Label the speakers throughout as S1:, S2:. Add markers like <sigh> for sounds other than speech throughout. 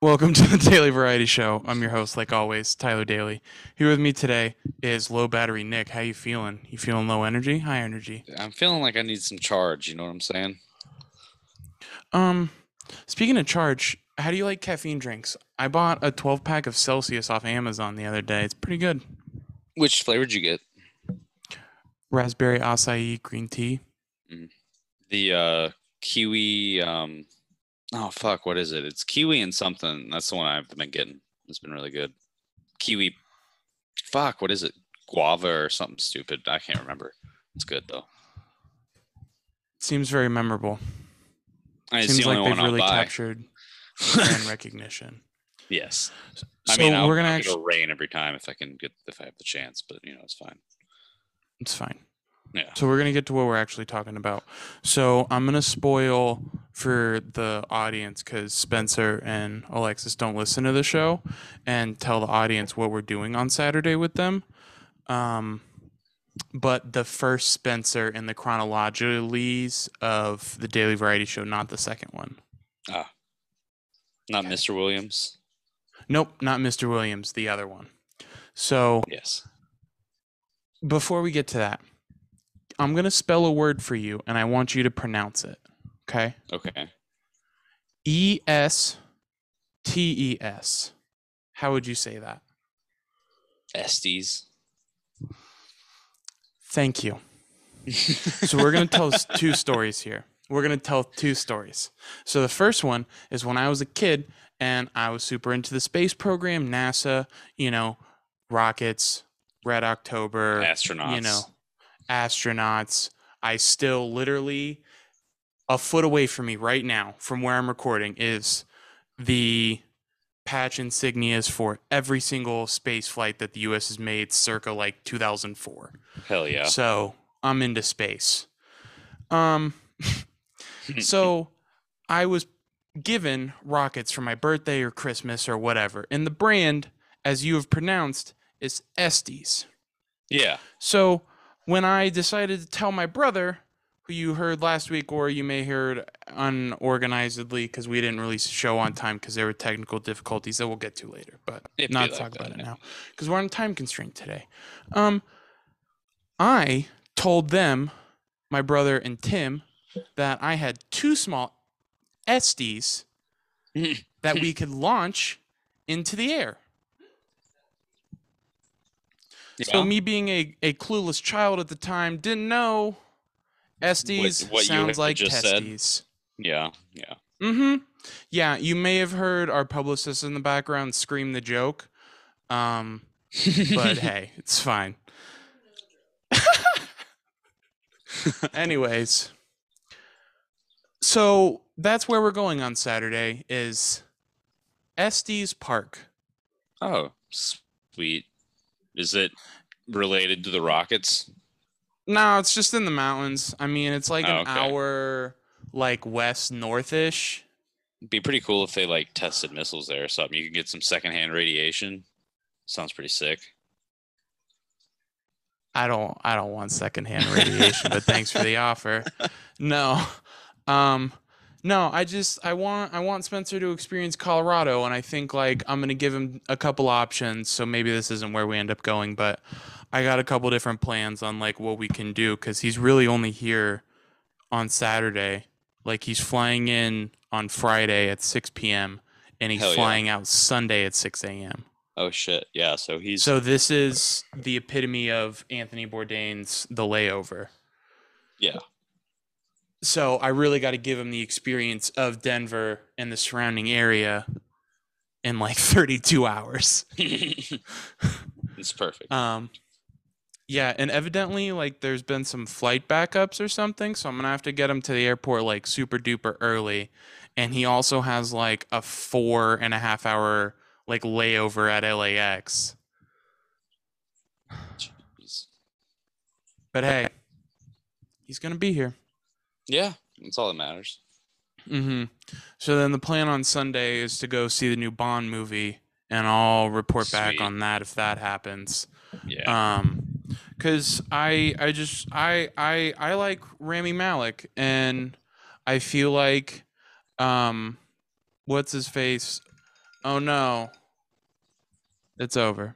S1: Welcome to the Daily Variety Show. I'm your host, like always, Tyler Daly. Here with me today is low battery Nick. How you feeling? You feeling low energy? High energy?
S2: I'm feeling like I need some charge. You know what I'm saying?
S1: Um, speaking of charge, how do you like caffeine drinks? I bought a 12 pack of Celsius off Amazon the other day. It's pretty good.
S2: Which flavor did you get?
S1: Raspberry acai green tea.
S2: The uh, kiwi. Um, oh fuck, what is it? It's kiwi and something. That's the one I've been getting. It's been really good. Kiwi. Fuck, what is it? Guava or something stupid. I can't remember. It's good though.
S1: Seems very memorable.
S2: And It's
S1: Seems
S2: the only
S1: like they've
S2: one
S1: really
S2: I'll buy.
S1: captured
S2: <laughs>
S1: brand recognition.
S2: yes.
S1: So
S2: I mean, I'll,
S1: we're gonna
S2: I'll
S1: actually.
S2: it'll rain every time if I can get if I have the chance, but you know it's fine.
S1: It's fine.
S2: Yeah.
S1: So we're gonna get to what we're actually talking about. So I'm gonna spoil for the audience because Spencer and Alexis don't listen to the show, and tell the audience what we're doing on Saturday with them. Um, but the first Spencer in the chronologies of the Daily Variety Show, not the second one.
S2: Not Mr. Williams.
S1: Nope, not Mr. Williams, the other one. So
S2: Yes.
S1: before we get to that, I'm gonna spell a word for you, and I want you to pronounce it. Okay.
S2: Okay.
S1: E S T E S. How would you say that?
S2: Estes.
S1: Thank you. So we're going to tell s- two stories here. We're going to tell two stories. So the first one is when I was a kid and I was super into the space program, NASA, you know, rockets, Red October,
S2: astronauts.
S1: you know, astronauts. I still literally a foot away from me right now, from where I'm recording, is the patch insignias for every single space flight that the US has made circa like 2004.
S2: Hell yeah.
S1: So I'm into space. Um, <laughs> so I was given rockets for my birthday or Christmas or whatever. And the brand, as you have pronounced, is Estes.
S2: Yeah.
S1: So when I decided to tell my brother, who you heard last week, or you may hear it unorganizedly because we didn't release the show on time because there were technical difficulties that we'll get to later, but
S2: It'd be
S1: not
S2: like
S1: talk
S2: that,
S1: about it
S2: yeah.
S1: now because we're on a time constraint today. Um, I told them, my brother and Tim, that I had two small
S2: <laughs>
S1: Estes that we could launch into the air. So
S2: Yeah.
S1: me being a, a clueless child at the time didn't know Estes
S2: what you had
S1: sounds like
S2: just said?
S1: testes.
S2: Yeah, yeah.
S1: Mm-hmm. Yeah, you may have heard our publicist in the background scream the joke. Um,
S2: <laughs>
S1: but hey, it's fine. <laughs> Anyways, so that's where we're going on Saturday is Estes Park.
S2: oh, sweet. Is it related to the Rockets?
S1: No, it's just in the mountains. I mean, it's like
S2: Oh,
S1: an
S2: okay.
S1: hour like west northish.
S2: It'd be pretty cool if they like tested missiles there or something. You could get some secondhand radiation. Sounds pretty sick.
S1: I don't I don't want secondhand radiation, but thanks for the offer. No. Um no, I just I want I want Spencer to experience Colorado and I think like I'm going to give him a couple options, so maybe this isn't where we end up going, but I got a couple different plans on like what we can do cuz he's really only here on Saturday. Like he's flying in on Friday at 6 p.m. and he's
S2: Hell yeah.
S1: flying out Sunday at 6 a.m.
S2: Oh shit. Yeah, so he's
S1: So this is the epitome of Anthony Bourdain's The Layover.
S2: Yeah.
S1: So I really got to give him the experience of Denver and the surrounding area in like <laughs> 32 hours.
S2: <laughs> it's perfect.
S1: Um yeah, and evidently like there's been some flight backups or something, so I'm going to have to get him to the airport like super duper early. And he also has like a four and a half hour like layover at LAX.
S2: Jeez.
S1: But hey, he's going to be here.
S2: Yeah, that's all that matters.
S1: Mm-hmm. So then the plan on Sunday is to go see the new Bond movie, and I'll report back
S2: Sweet.
S1: on that if that happens.
S2: Yeah.
S1: Um, cause I I just I I I like Rami Malik, and I feel like, um, what's his face, Oh no. It's over.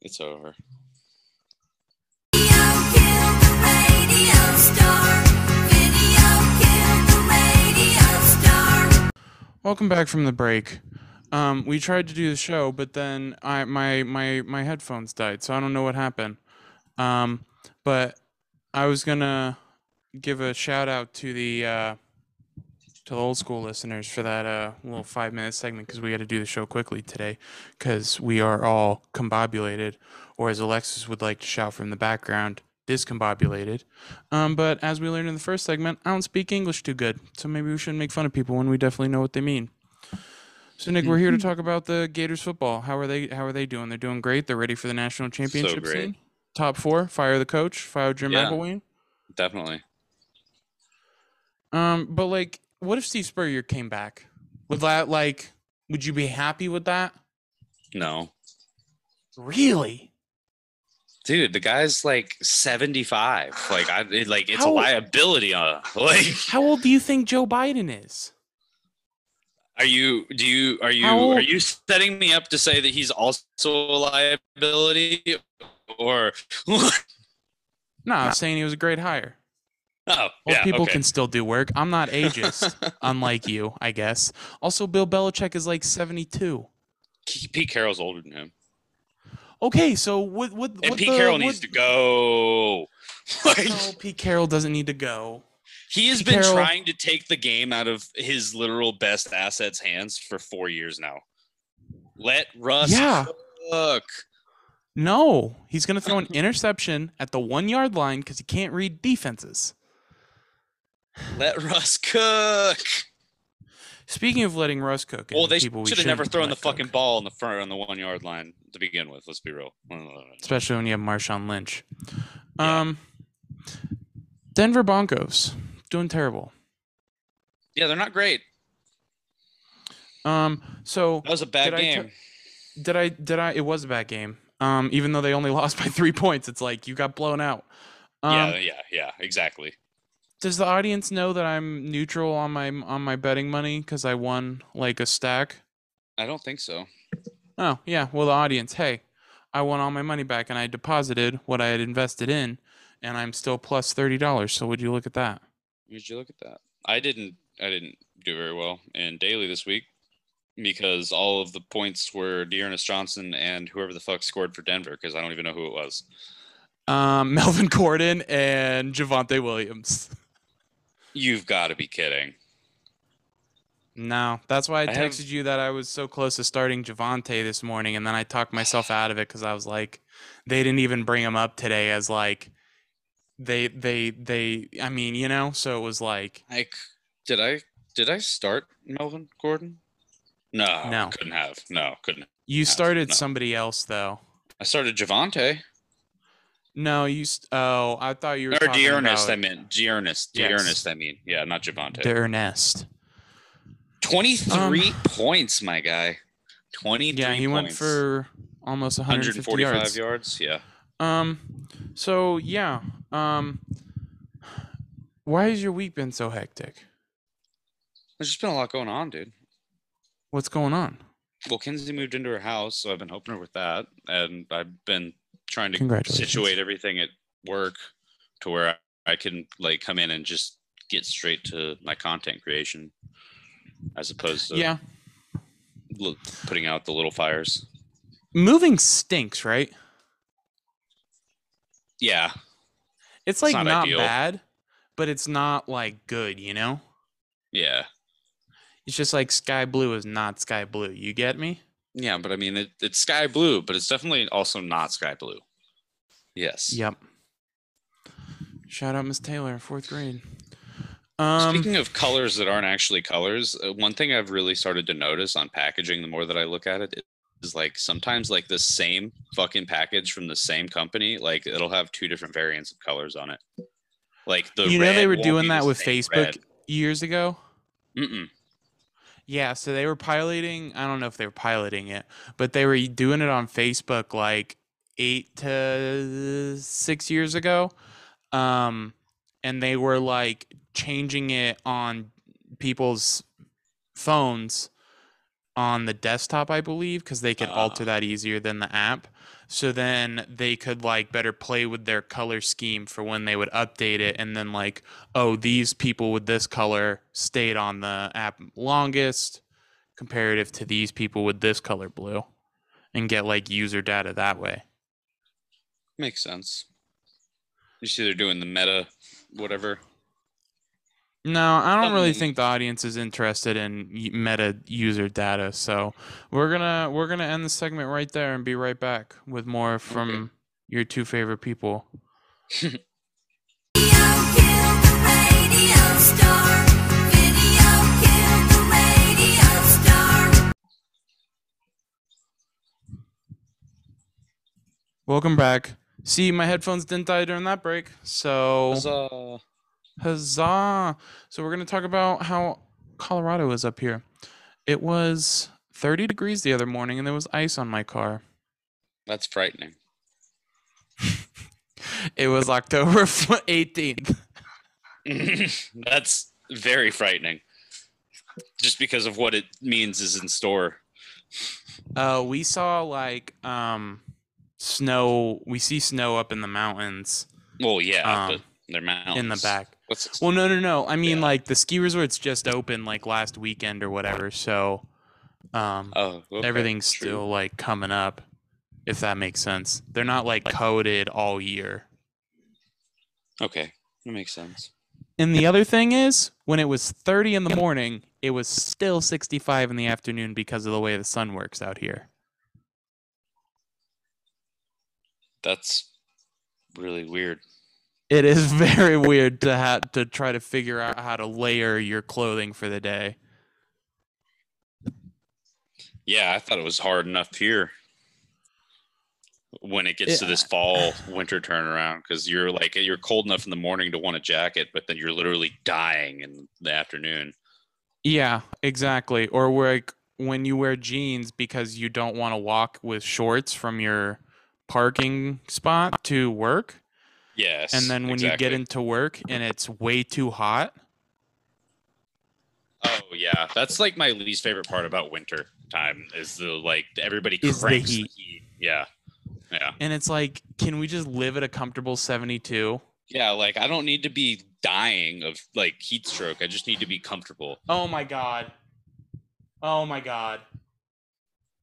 S2: It's over.
S3: Video killed the radio star. Video killed the radio star.
S1: Welcome back from the break. Um, we tried to do the show, but then I my my my headphones died, so I don't know what happened. Um, but I was gonna give a shout out to the uh, to the old school listeners for that uh, little five minute segment because we had to do the show quickly today because we are all combobulated, or as Alexis would like to shout from the background, discombobulated. Um, but as we learned in the first segment, I don't speak English too good, so maybe we shouldn't make fun of people when we definitely know what they mean. So Nick, we're here to talk about the Gators football. How are they? How are they doing? They're doing great. They're ready for the national championship
S2: great.
S1: scene. Top four, fire the coach, fire Jim
S2: Yeah.
S1: McElwain.
S2: Definitely.
S1: Um, but like, what if Steve Spurrier came back? Would that like? Would you be happy with that?
S2: No.
S1: Really?
S2: Dude, the guy's like 75. Like I it, like it's
S1: How-
S2: a liability on <laughs> like
S1: How old do you think Joe Biden is?
S2: Are you do you are you
S1: How old-
S2: are you setting me up to say that he's also a liability or <laughs> oh
S1: No, I'm saying he was a great hire. Old
S2: yeah,
S1: people
S2: okay.
S1: can still do work. I'm
S2: <laughs>
S1: not ageist, unlike you, I guess. Also, Bill Belichick is like 72.
S2: Pete Carroll's older than him.
S1: Okay, so what? What?
S2: And
S1: what
S2: Pete
S1: the-
S2: Carroll
S1: what-
S2: needs to go. <laughs> Like,
S1: <laughs> No, Pete Carroll doesn't need to go.
S2: he has
S1: Pete
S2: been
S1: Carroll-
S2: trying to take the game out of his literal best assets hands for 4 years now. Let Russ
S1: Yeah.
S2: cook.
S1: No, he's going to
S2: <laughs>
S1: throw an interception at the one yard line because he can't read defenses.
S2: Let Russ cook.
S1: Speaking of letting Russ cook, and
S2: Well, they should
S1: people we
S2: have
S1: shouldn't
S2: never thrown the
S1: let cook,
S2: fucking ball in the front on the 1-yard line to begin with, let's be real.
S1: especially when you have Marshawn Lynch.
S2: Yeah.
S1: Um, Denver Broncos doing terrible.
S2: Yeah, they're not great.
S1: Um, so
S2: That was a bad
S1: Did I
S2: game.
S1: t- did I did I it was a bad game. Um, even though they only <laughs> lost by three points, it's like you got blown out. Um,
S2: yeah, yeah, yeah, exactly.
S1: Does the audience know that I'm neutral on my on my betting money because I won like a stack?
S2: I don't think so.
S1: Oh yeah, well the audience, hey, I won all my money back and I deposited what I had invested in, and I'm still plus thirty dollars. So would you look at that?
S2: Did you look at that? I didn't. I didn't do very well in daily this week because all of the points were Dearness Johnson and whoever the fuck scored for Denver because I don't even know who it was.
S1: Um, <laughs> Melvin Gordon and Javante Williams.
S2: You've got to be kidding.
S1: No, that's why I
S2: I have-
S1: texted you that I was so close to starting Javante this morning, and then I talked myself out of it because I was like, they didn't even bring him up today as like, they they they. I mean, you know, so it was like,
S2: Like, did I did I start Melvin Gordon? No,
S1: No.
S2: couldn't have. No, couldn't.
S1: you started
S2: no.
S1: somebody else though.
S2: I started Javante
S1: No, you. St- oh, I thought you were.
S2: or
S1: talking
S2: Dearness. I
S1: about
S2: meant Dearness.
S1: Yes.
S2: Dearness. I mean, yeah, not Javante.
S1: the Ernest.
S2: Twenty three points, my guy. Twenty three.
S1: Um, Yeah, he went for almost 150
S2: 145
S1: yards.
S2: yards. Yeah.
S1: Um. So yeah. Um. Why has your week been so hectic?
S2: There's just been a lot going on, dude.
S1: What's going on?
S2: Well, Kinsey moved into her house, so I've been helping her with that, and I've been trying to
S1: Congratulations.
S2: situate everything at work to where I, I can like come in and just get straight to my content creation, as opposed to
S1: Yeah.
S2: l- putting out the little fires.
S1: moving stinks, right?
S2: Yeah,
S1: It's like
S2: not
S1: not,
S2: ideal.
S1: bad, but it's not like good, you know?
S2: yeah,
S1: It's just like sky blue is not sky blue. You get me?
S2: yeah. But I mean, it, it's sky blue, but it's definitely also not sky blue. Yes.
S1: Yep. Shout out Miss Taylor, fourth grade. Um
S2: Speaking of colors that aren't actually colors, uh, one thing I've really started to notice on packaging the more that I look at it is like sometimes like the same fucking package from the same company, like it'll have two different variants of colors on it. Like the
S1: you know they
S2: red
S1: were
S2: won't
S1: doing
S2: be
S1: that
S2: the
S1: with
S2: same
S1: Facebook
S2: red.
S1: years ago.
S2: Mm-mm.
S1: Yeah, so they were piloting, I don't know if they were piloting it, but they were doing it on Facebook like eight to six years ago. Um, and they were like changing it on people's phones on the desktop, I believe, because they could alter
S2: Ah.
S1: that easier than the app. So then they could like better play with their color scheme for when they would update it, and then like, oh, these people with this color stayed on the app longest, comparative to these people with this color blue, and get like user data that way.
S2: Makes sense. You see, they're doing the meta, whatever.
S1: No, I don't really
S2: Something-
S1: think the audience is interested in y- meta user data. So we're gonna we're gonna end the segment right there and be right back with more from your two favorite people.
S3: Video killed the radio star. Video killed the radio star.
S1: Welcome back. See, my headphones didn't die during that break. So
S2: Huzzah.
S1: Huzzah! So we're gonna talk about how Colorado is up here. It was 30 degrees the other morning, and there was ice on my car.
S2: That's frightening. <laughs>
S1: It was October <laughs> 18th.
S2: That's very frightening. Just because of what it means is in store.
S1: Uh, we saw like um snow. We see snow up in the mountains
S2: Well, yeah,
S1: Um,
S2: but they're mountains.
S1: in the back.
S2: What's
S1: Well, no, no, no. I mean,
S2: Yeah.
S1: like the ski resort's just open like last weekend or whatever. So, um,
S2: oh, okay,
S1: everything's
S2: true.
S1: still like coming up. If that makes sense, they're not like coated all year.
S2: okay. That makes sense.
S1: And the other thing is, when it was 30 in the morning, it was still 65 in the afternoon because of the way the sun works out here.
S2: That's really weird.
S1: It is very weird to have to try to figure out how to layer your clothing for the day.
S2: Yeah, I thought it was hard enough here. When it gets to
S1: Yeah.
S2: this fall winter turnaround, because you're like you're cold enough in the morning to want a jacket, but then you're literally dying in the afternoon.
S1: Yeah, exactly. Or where, like when you wear jeans because you don't want to walk with shorts from your parking spot to work.
S2: Yes.
S1: And then when you get
S2: exactly.
S1: into work and it's way too hot,
S2: Oh yeah, that's like my least favorite part about winter time is the like everybody
S1: Is the
S2: cranks
S1: heat.
S2: Yeah, yeah,
S1: and it's like, can we just live at a comfortable 72?
S2: yeah. Like I don't need to be dying of like heat stroke. I just need to be comfortable.
S1: Oh my god. Oh my god.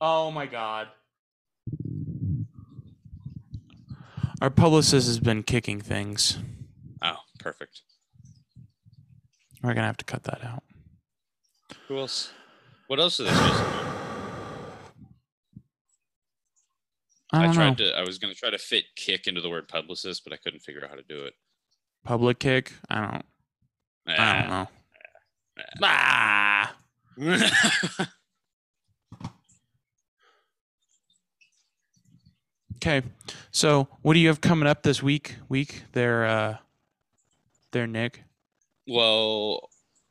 S1: Oh my god. Our publicist has been kicking things.
S2: Oh, perfect.
S1: We're gonna have to cut that out.
S2: Who else? What else are they supposed to do?
S1: I
S2: I,
S1: don't know.
S2: tried to. I was gonna try to fit kick into the word publicist, but I couldn't figure out how to do it.
S1: Public kick. I don't. I don't know. Ah.
S2: Ah. <laughs>
S1: Okay. So, what do you have coming up this week? Week there. Uh, there, Nick.
S2: well,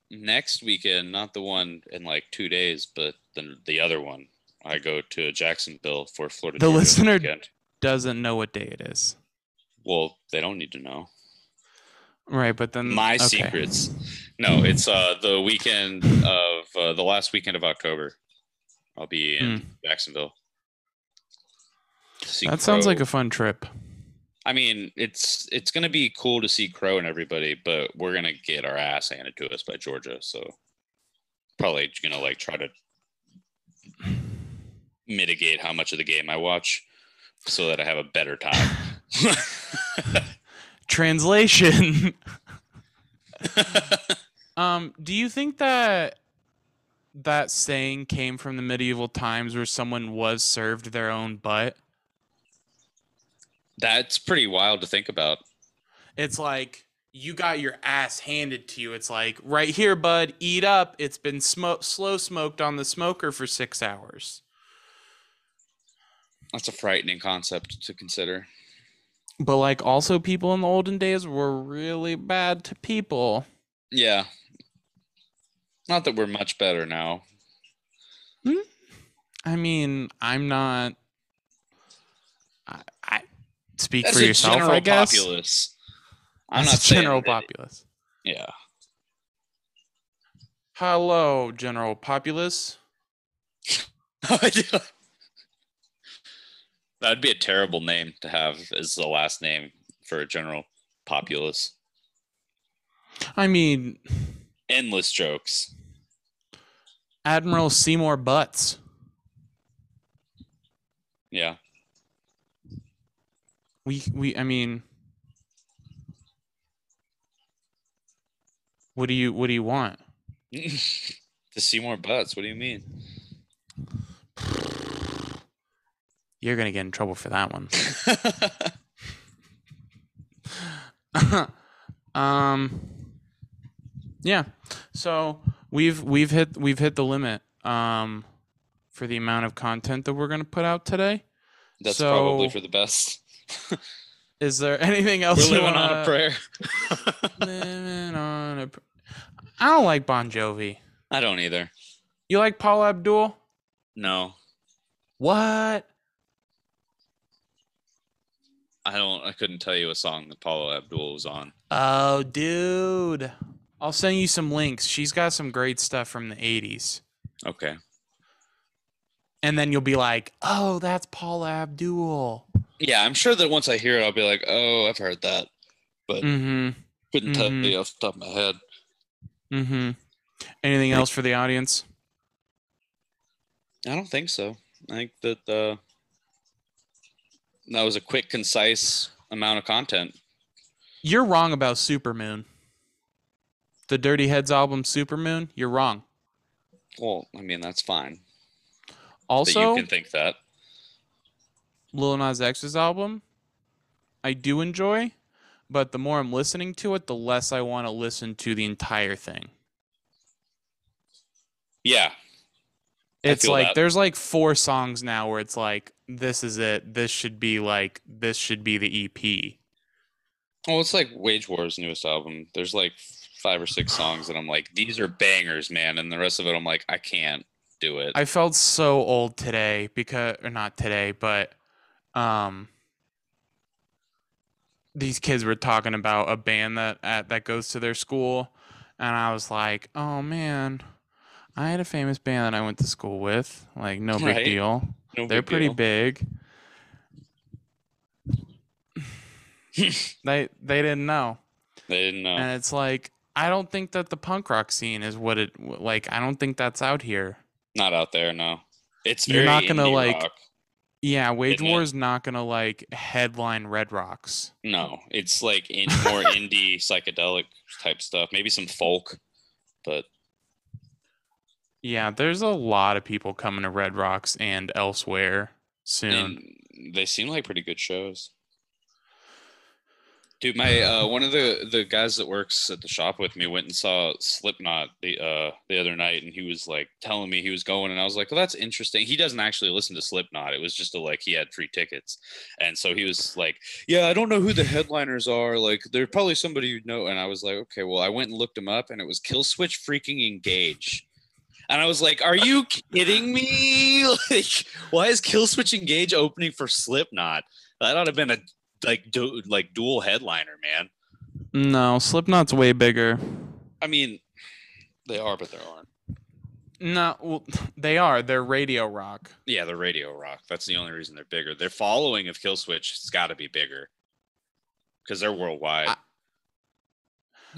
S2: next weekend, not the one in like two days, but the the other one. I go to Jacksonville for Florida.
S1: The
S2: Georgia
S1: listener-
S2: Weekend.
S1: Doesn't know what day it is.
S2: Well, they don't need to know
S1: Right, but then
S2: my
S1: Mm, okay.
S2: secrets. No, it's uh the weekend of uh, the last weekend of October. I'll be in Jacksonville. See
S1: Hmm. That sounds
S2: Crow.
S1: like a fun trip.
S2: I mean, it's it's gonna be cool to see Crow and everybody, but we're gonna get our ass handed to us by Georgia. So probably gonna like try to mitigate how much of the game I watch so that I have a better time. <laughs> <laughs>
S1: Translation. <laughs> Um, do you think that that saying came from the medieval times where someone was served their own butt?
S2: That's pretty wild to think about.
S1: It's like you got your ass handed to you. It's like, right here, bud, eat up. It's been smo- slow smoked on the smoker for six hours.
S2: That's a frightening concept to consider.
S1: But like, also, people in the olden days were really bad to people.
S2: Yeah. Not that we're much better now.
S1: I mean, I'm not. I, I speak
S2: That's
S1: for
S2: a
S1: yourself,
S2: general
S1: I guess.
S2: populace. I'm
S1: That's
S2: not saying
S1: general
S2: that-
S1: populace.
S2: Yeah. <laughs>
S1: Hello, general populace.
S2: That'd be a terrible name to have as the last name for a general populace.
S1: I mean,
S2: Endless jokes.
S1: Admiral Seymour Butts.
S2: Yeah. <laughs>
S1: We we I mean What do you what do you want?
S2: to see more butts. What do you mean? <laughs>
S1: You're going to get in trouble for that one. um yeah. So, we've we've hit we've hit the limit um for the amount of content that we're going to put out today.
S2: That's
S1: So-
S2: probably for the
S1: <laughs>
S2: best.
S1: Is there <laughs> anything else
S2: We're
S1: you
S2: living on a
S1: wanna-
S2: prayer.
S1: <laughs>
S2: <laughs>
S1: Living on a pr- I don't like Bon Jovi.
S2: I don't either.
S1: You like Paul Abdul?
S2: No,
S1: What?
S2: I don't. I couldn't tell you a song that Paula Abdul was on.
S1: Oh, dude. I'll send you some links. She's got some great stuff from the 80s.
S2: Okay.
S1: And then you'll be like, oh, that's Paula Abdul.
S2: Yeah, I'm sure that once I hear it, I'll be like, "Oh, I've heard that."
S1: Mm
S2: Couldn't tell
S1: Mhm.
S2: you off the top of my head.
S1: hmm. Mm hmm. Anything else for the audience?
S2: I don't think so. I think that uh, that was a quick, concise amount of content.
S1: You're wrong about Supermoon. The Dirty Heads album Supermoon, you're wrong.
S2: Well, I mean, that's fine. that
S1: Also,
S2: you can think that.
S1: Lil Nas X's album, I do enjoy, but the more I'm listening to it, the less I want to listen to the entire thing.
S2: Yeah, I
S1: it's
S2: feel
S1: like
S2: that.
S1: there's like four songs now where it's like this is it this should be like this should be the E ep
S2: Well, it's like Wage War's newest album. There's like five or six songs that I'm like, these are bangers, man. And the rest of it, I'm like, I can't do it.
S1: i felt so old today because or not today but um these kids were talking about a band that at, that goes to their school and i was like oh man i had a famous band that i went to school with like no big
S2: Right.
S1: deal
S2: No
S1: They're
S2: big
S1: pretty
S2: deal. <laughs>
S1: big. they they didn't know,
S2: They didn't know.
S1: and it's like I don't think that the punk rock scene is what it like. I don't think that's out here.
S2: not out there, no. It's
S1: You're
S2: very
S1: not gonna,
S2: indie
S1: like-
S2: rock.
S1: Yeah, Wage
S2: Isn't it?
S1: War is not gonna like headline Red Rocks.
S2: No, it's like in more indie psychedelic type stuff. Maybe some folk, but
S1: Yeah, there's a lot of people coming to Red Rocks and elsewhere soon.
S2: and they seem like pretty good shows. Dude, my uh, one of the the guys that works at the shop with me went and saw Slipknot the uh, the other night, and he was like telling me he was going, and I was like, "Well, that's interesting." He doesn't actually listen to Slipknot; it was just a, like he had free tickets, and so he was like, "Yeah, I don't know who the headliners are. Like, they're probably somebody you know." And I was like, "Okay, well, I went and looked them up, and it was Killswitch freaking Engage." And I was like, "Are you kidding me? <laughs> Like, why is Killswitch Engage opening for Slipknot? That ought to have been a like du- like dual headliner, man.
S1: no, Slipknot's way bigger.
S2: I mean, they are, but they aren't.
S1: No, well, <laughs> they are. They're radio rock.
S2: Yeah, they're radio rock. That's the only reason they're bigger. Their following of Killswitch has got to be bigger because they're worldwide.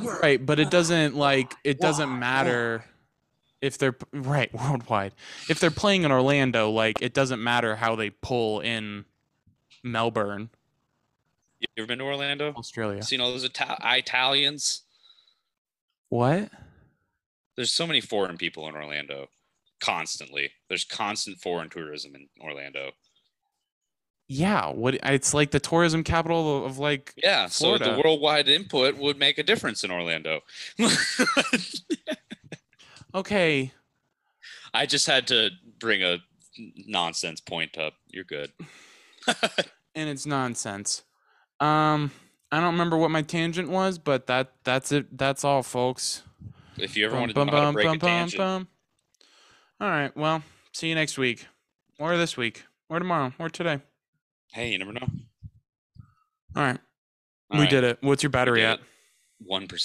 S1: I- right but it doesn't like it <sighs> doesn't matter if they're p- right <laughs> worldwide if they're playing in orlando like it doesn't matter how they pull in melbourne
S2: you ever been to Orlando?
S1: australia
S2: Seen all those Ita- Italians?
S1: what
S2: There's so many foreign people in Orlando. Constantly, there's constant foreign tourism in Orlando.
S1: yeah what it's like the tourism capital of, of like
S2: Yeah, so
S1: Florida.
S2: the worldwide input would make a difference in Orlando. <laughs>
S1: okay
S2: I just had to bring a nonsense point up. You're good.
S1: and it's nonsense um i don't remember what my tangent was but that that's it that's all folks
S2: If you ever
S1: Bum,
S2: wanted
S1: bum,
S2: to know how to
S1: bum,
S2: break
S1: bum,
S2: a
S1: bum,
S2: tangent,
S1: bum. All right. Well, see you next week, or this week, or tomorrow, or today.
S2: hey, you never know.
S1: All right. we did it. What's your battery
S2: did
S1: at?
S2: One percent.